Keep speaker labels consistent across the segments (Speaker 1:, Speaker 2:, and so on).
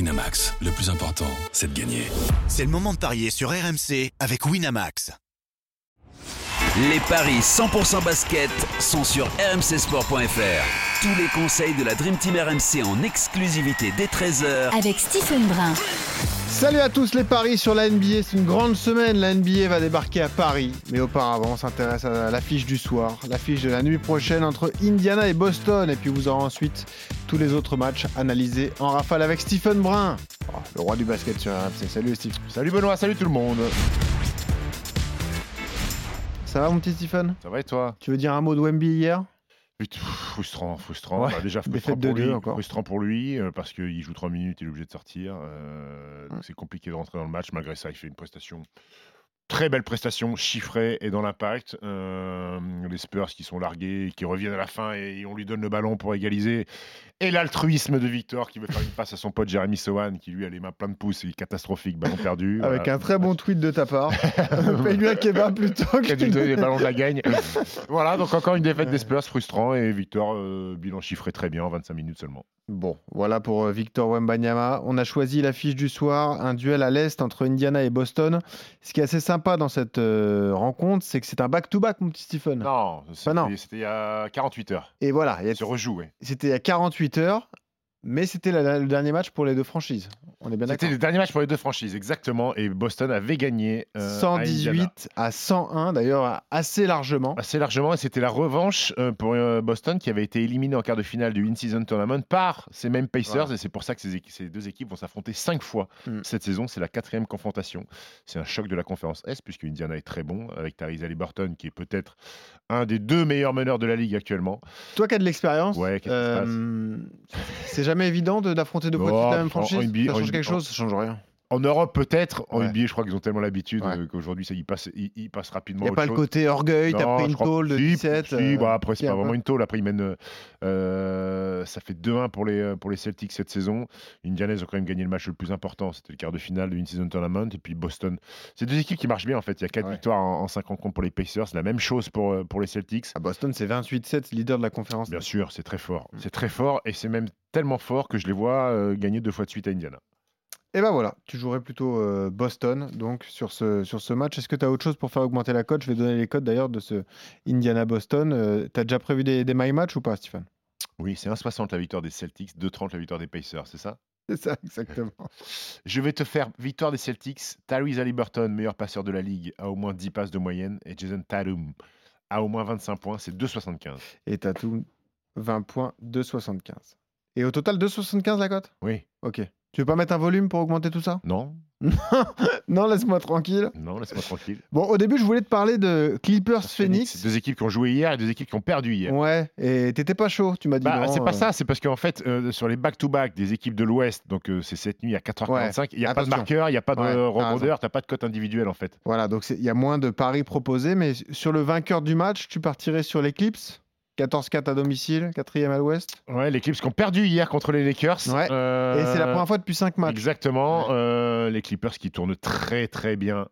Speaker 1: Winamax, le plus important, c'est de gagner.
Speaker 2: C'est le moment de parier sur RMC avec Winamax.
Speaker 3: Les paris 100% basket sont sur rmcsport.fr. Tous les conseils de la Dream Team RMC en exclusivité dès 13h
Speaker 4: avec Stephen Brun.
Speaker 5: Salut à tous les paris sur la NBA, c'est une grande semaine, la NBA va débarquer à Paris, mais auparavant on s'intéresse à l'affiche du soir, l'affiche de la nuit prochaine entre Indiana et Boston, et puis vous aurez ensuite tous les autres matchs analysés en rafale avec Stephen Brun, Oh, le roi du basket sur RMC, salut Steve, salut Benoît, salut tout le monde. Ça va mon petit Stephen
Speaker 6: Ça va et toi
Speaker 5: Tu veux dire un mot de Wemby hier
Speaker 6: Putain, Frustrant, frustrant.
Speaker 5: Ouais,
Speaker 6: Bah, déjà frustrant
Speaker 5: défaite de
Speaker 6: pour,
Speaker 5: deux
Speaker 6: lui,
Speaker 5: encore.
Speaker 6: frustrant pour lui, euh, parce qu'il joue 3 minutes, il est obligé de sortir. euh, donc C'est compliqué de rentrer dans le match. Malgré ça, il fait une prestation. Très belle prestation, chiffrée et dans l'impact. Euh, les Spurs qui sont largués, qui reviennent à la fin et on lui donne le ballon pour égaliser. Et l'altruisme de Victor qui veut faire une passe à son pote Jérémy Sohan qui lui a les mains pleines de pouces et catastrophique, ballon perdu.
Speaker 5: Avec
Speaker 6: Voilà.
Speaker 5: un très bon tweet de ta part, paye-lui un kebab plutôt
Speaker 6: qui
Speaker 5: que
Speaker 6: a dû donner les
Speaker 5: de...
Speaker 6: ballons de la gagne. voilà, donc encore une défaite des Spurs, frustrant. Et Victor, euh, bilan chiffré très bien en 25 minutes seulement.
Speaker 5: Bon, voilà pour euh, Victor Wembanyama. On a choisi l'affiche du soir, un duel à l'Est entre Indiana et Boston. Ce qui est assez sympa dans cette euh, rencontre, c'est que c'est un back-to-back, mon petit Stephen.
Speaker 6: Non, c'était
Speaker 5: non.
Speaker 6: c'était il y a 48 heures.
Speaker 5: Et voilà, il y a-
Speaker 6: Se rejoue, ouais.
Speaker 5: c'était il y a 48 heures, mais c'était la- la- le dernier match pour les deux franchises. On est bien
Speaker 6: C'était
Speaker 5: d'accord
Speaker 6: le dernier match pour les deux franchises, exactement. Et Boston avait gagné. euh, à
Speaker 5: 118
Speaker 6: Indiana.
Speaker 5: à 101, d'ailleurs assez largement.
Speaker 6: Assez largement, et c'était la revanche euh, pour euh, Boston qui avait été éliminé en quart de finale du In-Season Tournament par ces mêmes Pacers,
Speaker 5: Voilà.
Speaker 6: et c'est pour ça que ces, équi- ces deux équipes vont s'affronter cinq fois
Speaker 5: Mm.
Speaker 6: cette saison. C'est la quatrième confrontation. C'est un choc de la conférence S, puisque Indiana est très bon, avec Tyrese Haliburton qui est peut-être un des deux meilleurs meneurs de la ligue actuellement.
Speaker 5: Toi qui as de l'expérience,
Speaker 6: Ouais, qu'est-ce qui se
Speaker 5: euh, c'est jamais évident de- d'affronter deux
Speaker 6: Oh,
Speaker 5: produits de la même
Speaker 6: franchement,
Speaker 5: franchise.
Speaker 6: NBA,
Speaker 5: ça change
Speaker 6: NBA,
Speaker 5: quelque chose Ça change rien.
Speaker 6: En Europe, peut-être. En
Speaker 5: Ouais.
Speaker 6: NBA, je crois qu'ils ont tellement l'habitude
Speaker 5: Ouais.
Speaker 6: euh, qu'aujourd'hui, ça y passe, y, y passe
Speaker 5: Il
Speaker 6: rapidement.
Speaker 5: n'y a
Speaker 6: autre
Speaker 5: pas le
Speaker 6: chose.
Speaker 5: côté orgueil, t'as
Speaker 6: Non,
Speaker 5: pris
Speaker 6: je
Speaker 5: une
Speaker 6: crois-
Speaker 5: tôle de
Speaker 6: si,
Speaker 5: 17.
Speaker 6: si,
Speaker 5: euh,
Speaker 6: bah après, c'est
Speaker 5: ok,
Speaker 6: pas
Speaker 5: un peu.
Speaker 6: vraiment une tôle. Après, ils mènent. euh, euh, ça fait 2-1 pour les, euh, pour les Celtics cette saison. Indiana, ils ont quand même gagné le match le plus important. C'était le quart de finale de In-Season Tournament. Et puis Boston. C'est deux équipes qui marchent bien, en fait. Il y a 4
Speaker 5: Ouais.
Speaker 6: victoires en, 5 rencontres pour les Pacers. La même chose pour, euh, pour les Celtics.
Speaker 5: À Boston, c'est 28-7, leader de la conférence.
Speaker 6: Bien sûr, c'est très fort. C'est très fort. Et c'est même tellement fort que je les vois euh, gagner deux fois de suite à Indiana.
Speaker 5: Et ben voilà, tu jouerais plutôt euh, Boston donc sur ce, sur ce match. Est-ce que tu as autre chose pour faire augmenter la cote Je vais donner les cotes d'ailleurs de ce Indiana-Boston. tu as déjà prévu des, des my match ou pas, Stéphane
Speaker 6: Oui, c'est 1,60 la victoire des Celtics, 2,30 la victoire des Pacers, c'est ça
Speaker 5: C'est ça, exactement.
Speaker 6: Je vais te faire victoire des Celtics, Tyrese Haliburton, meilleur passeur de la ligue, à au moins 10 passes de moyenne, et Jason Tatum à au moins 25 points, c'est 2,75.
Speaker 5: Et Tatum, 20 points, 2,75. Et au total, 2,75 la cote
Speaker 6: Oui.
Speaker 5: Ok. Tu veux pas mettre un volume pour augmenter tout ça
Speaker 6: Non
Speaker 5: Non, laisse-moi tranquille.
Speaker 6: Non, laisse-moi tranquille.
Speaker 5: Bon, au début, je voulais te parler de Clippers-Phoenix.
Speaker 6: Deux équipes qui ont joué hier et deux équipes qui ont perdu hier.
Speaker 5: Ouais, et t'étais pas chaud, tu m'as dit.
Speaker 6: Bah,
Speaker 5: non,
Speaker 6: c'est pas
Speaker 5: euh,
Speaker 6: ça, c'est parce qu'en fait, euh, sur les back-to-back des équipes de l'Ouest, donc euh, c'est cette nuit à 4h45, il n'y a pas de
Speaker 5: attention.
Speaker 6: marqueur, il n'y a pas de
Speaker 5: Ouais, t'as
Speaker 6: euh, rebondeur, t'as pas de cote individuelle en fait.
Speaker 5: Voilà, donc c'est- il y a moins de paris proposés, mais sur le vainqueur du match, tu partirais sur l'Eclipse 14-4 à domicile, quatrième à l'ouest.
Speaker 6: Ouais, les Clips qui ont perdu hier contre les Lakers.
Speaker 5: Ouais,
Speaker 6: euh,
Speaker 5: Et c'est la première fois depuis 5 matchs.
Speaker 6: Exactement.
Speaker 5: Ouais.
Speaker 6: euh, les Clippers qui tournent très très bien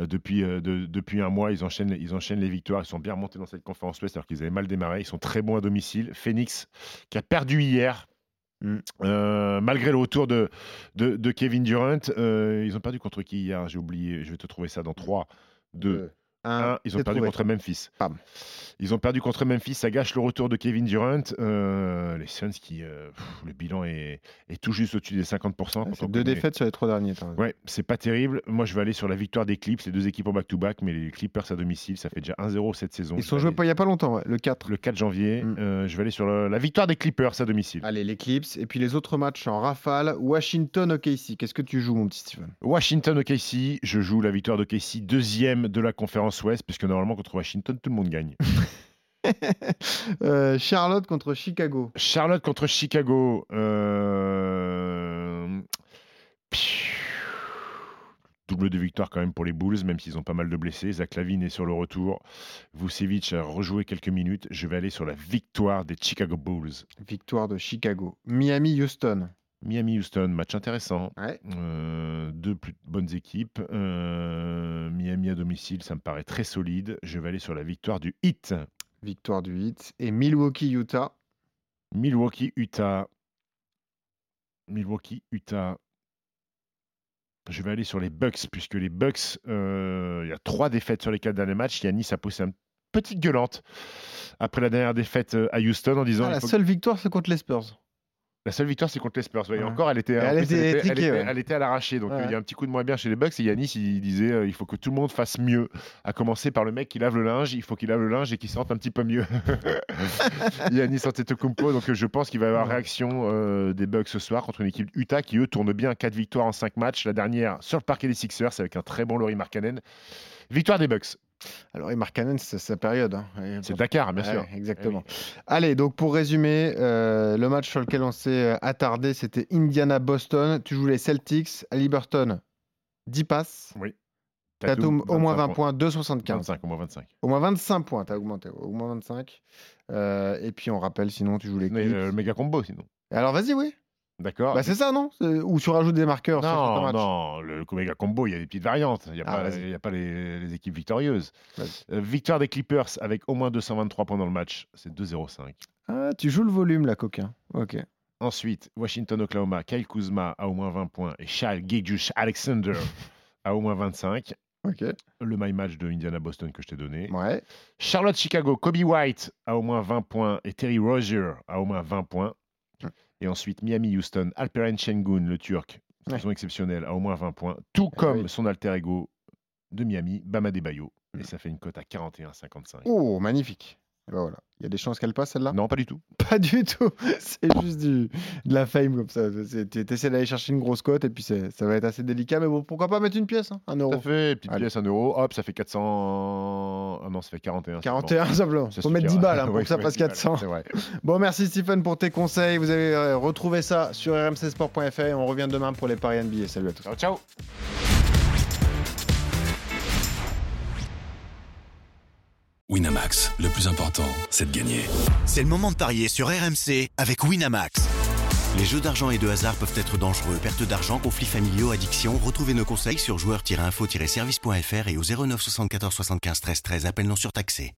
Speaker 6: euh, depuis, euh, de- depuis un mois. Ils enchaînent, ils enchaînent les victoires. Ils sont bien remontés dans cette conférence Ouest alors qu'ils avaient mal démarré. Ils sont très bons à domicile. Phoenix qui a perdu hier.
Speaker 5: Mm.
Speaker 6: euh, malgré le retour de, de, de Kevin Durant, Euh, ils ont perdu contre qui hier J'ai oublié, je vais te trouver ça dans 3, 2,
Speaker 5: Euh, Un,
Speaker 6: un, ils ont
Speaker 5: c'est
Speaker 6: perdu
Speaker 5: trouvé.
Speaker 6: contre Memphis.
Speaker 5: Pardon.
Speaker 6: Ils ont perdu contre Memphis, ça gâche le retour de Kevin Durant. Euh, les Suns qui, euh, pff, le bilan est, est tout juste au-dessus des 50%.
Speaker 5: Ouais,
Speaker 6: quand
Speaker 5: c'est
Speaker 6: on
Speaker 5: deux
Speaker 6: connaît-
Speaker 5: défaites sur les trois derniers. t'as raison.
Speaker 6: Ouais, c'est pas terrible. Moi, je vais aller sur la victoire des Clips, les deux équipes en back-to-back, mais les Clippers à domicile, ça fait déjà 1-0 cette saison.
Speaker 5: Ils
Speaker 6: Je
Speaker 5: sont
Speaker 6: vais
Speaker 5: joués
Speaker 6: aller
Speaker 5: pas- il y a pas longtemps, ouais, le 4.
Speaker 6: le 4 janvier.
Speaker 5: Mm.
Speaker 6: Euh, je vais aller sur le- la victoire des Clippers à domicile.
Speaker 5: Allez, l'Eclipse. Et puis les autres matchs en rafale. Washington, ok, ici. Qu'est-ce que tu joues, mon petit Steven
Speaker 6: Washington OKC, je joue la victoire de OKC, deuxième de la conférence Ouest, puisque normalement contre Washington, tout le monde gagne.
Speaker 5: Euh, Charlotte contre Chicago.
Speaker 6: Charlotte contre Chicago. euh, Piou. Double de victoire quand même pour les Bulls, même s'ils ont pas mal de blessés. Zach Lavine est sur le retour. Vucevic a rejoué quelques minutes. Je vais aller sur la victoire des Chicago Bulls.
Speaker 5: Victoire de Chicago. Miami-Houston.
Speaker 6: Miami-Houston, match intéressant.
Speaker 5: Ouais.
Speaker 6: Euh, deux plus bonnes équipes. Euh, Miami à domicile, ça me paraît très solide. Je vais aller sur la victoire du Heat.
Speaker 5: Victoire du Heat. Et Milwaukee-Utah.
Speaker 6: Milwaukee-Utah. Milwaukee, Utah. Je vais aller sur les Bucks, puisque les Bucks, euh, il y a trois défaites sur les quatre derniers matchs. Yanis a poussé une petite gueulante après la dernière défaite euh, à Houston en disant
Speaker 5: Ah, la
Speaker 6: il faut-
Speaker 5: seule victoire, c'est contre les Spurs.
Speaker 6: la seule victoire, c'est contre les Spurs. ouais. Et
Speaker 5: Ouais.
Speaker 6: encore, elle était, en
Speaker 5: Elle
Speaker 6: plus,
Speaker 5: était
Speaker 6: elle,
Speaker 5: étriquée,
Speaker 6: était,
Speaker 5: ouais.
Speaker 6: elle était à l'arraché. Donc,
Speaker 5: Ouais.
Speaker 6: euh, il y a un petit coup de moins bien chez les Bucks. Et Yanis, il disait euh, il faut que tout le monde fasse mieux. À commencer par le mec qui lave le linge. Il faut qu'il lave le linge et qu'il sente un petit peu mieux. Yanis Antetokounmpo. Donc, euh, je pense qu'il va y avoir
Speaker 5: Ouais.
Speaker 6: réaction euh, des Bucks ce soir contre une équipe Utah qui, eux, tourne bien 4 victoires en 5 matchs. La dernière sur le parquet des Sixers avec un très bon Laurie Markkanen. Victoire des Bucks.
Speaker 5: Alors, et Mark Cannon, c'est sa période. hein. Et-
Speaker 6: C'est Dakar, bien sûr. Eh
Speaker 5: Ouais, exactement. Allez, donc pour résumer, euh, le match sur lequel on s'est euh, attardé, c'était Indiana-Boston. Tu joues les Celtics, Halliburton, 10 passes. Tatum, au moins 20 points, 2,75.
Speaker 6: 25, au moins 25.
Speaker 5: Au moins 25 points, t'as augmenté. Au moins 25. Euh, et puis on rappelle, sinon tu joues les
Speaker 6: Mais,
Speaker 5: Clips.
Speaker 6: euh, le méga combo, sinon.
Speaker 5: Alors vas-y, oui.
Speaker 6: D'accord
Speaker 5: Bah, c'est ça, non C'est- Ou tu rajoutes des marqueurs sur certains
Speaker 6: Non,
Speaker 5: matchs.
Speaker 6: non, le Omega Combo, il y a des petites variantes. Il n'y a,
Speaker 5: Ah,
Speaker 6: pas-
Speaker 5: vas-y.
Speaker 6: il y a pas les, les équipes victorieuses.
Speaker 5: Vas-y.
Speaker 6: Euh, victoire des Clippers avec au moins 223 points dans le match, c'est 2-0-5.
Speaker 5: Ah, tu joues le volume, là, coquin. Ok.
Speaker 6: Ensuite, Washington-Oklahoma, Kyle Kuzma a au moins 20 points et Charles Gijus Alexander a au moins 25.
Speaker 5: Ok.
Speaker 6: Le my match de Indiana-Boston que je t'ai donné.
Speaker 5: Ouais.
Speaker 6: Charlotte-Chicago, Kobe White a au moins 20 points et Terry Rozier a au moins 20 points. Et ensuite, Miami-Houston, Alperen Şengün, le Turc,
Speaker 5: Ouais. Ah
Speaker 6: saison exceptionnelle, a au moins 20 points, tout comme son alter ego de Miami, Bama Debayo.
Speaker 5: Mm.
Speaker 6: Et ça fait une cote à 41,55.
Speaker 5: Oh, magnifique. Bah, voilà. Il y a des chances qu'elle passe, celle-là
Speaker 6: Non, pas du tout.
Speaker 5: Pas du tout. C'est juste du, de la fame comme ça. C'est- Tu essaies d'aller chercher une grosse cote et puis c'est- ça va être assez délicat. Mais bon, pourquoi pas mettre une pièce hein, Un
Speaker 6: Ça
Speaker 5: euro.
Speaker 6: fait petite
Speaker 5: Allez.
Speaker 6: pièce, 1 euro, hop, ça fait 400. Ah non, ça fait 41. c'est bon.
Speaker 5: 41 simplement.
Speaker 6: Ça
Speaker 5: Faut mettre
Speaker 6: suffira.
Speaker 5: 10 balles hein, pour
Speaker 6: Ouais,
Speaker 5: que ça
Speaker 6: faut
Speaker 5: passe
Speaker 6: mettre 10
Speaker 5: 400.
Speaker 6: balles, C'est vrai.
Speaker 5: Bon, merci Stephen pour tes conseils. Vous avez euh, retrouvé ça sur rmcsport.fr et on revient demain pour les paris NBA. Salut à tous.
Speaker 6: Ciao, ciao.
Speaker 1: Winamax, le plus important, c'est de gagner.
Speaker 2: C'est le moment de parier sur RMC avec Winamax. Les jeux d'argent et de hasard peuvent être dangereux. Perte d'argent, conflits familiaux, addiction. Retrouvez nos conseils sur joueurs-info-service.fr et au 09 74 75 13 13. Appel non surtaxé.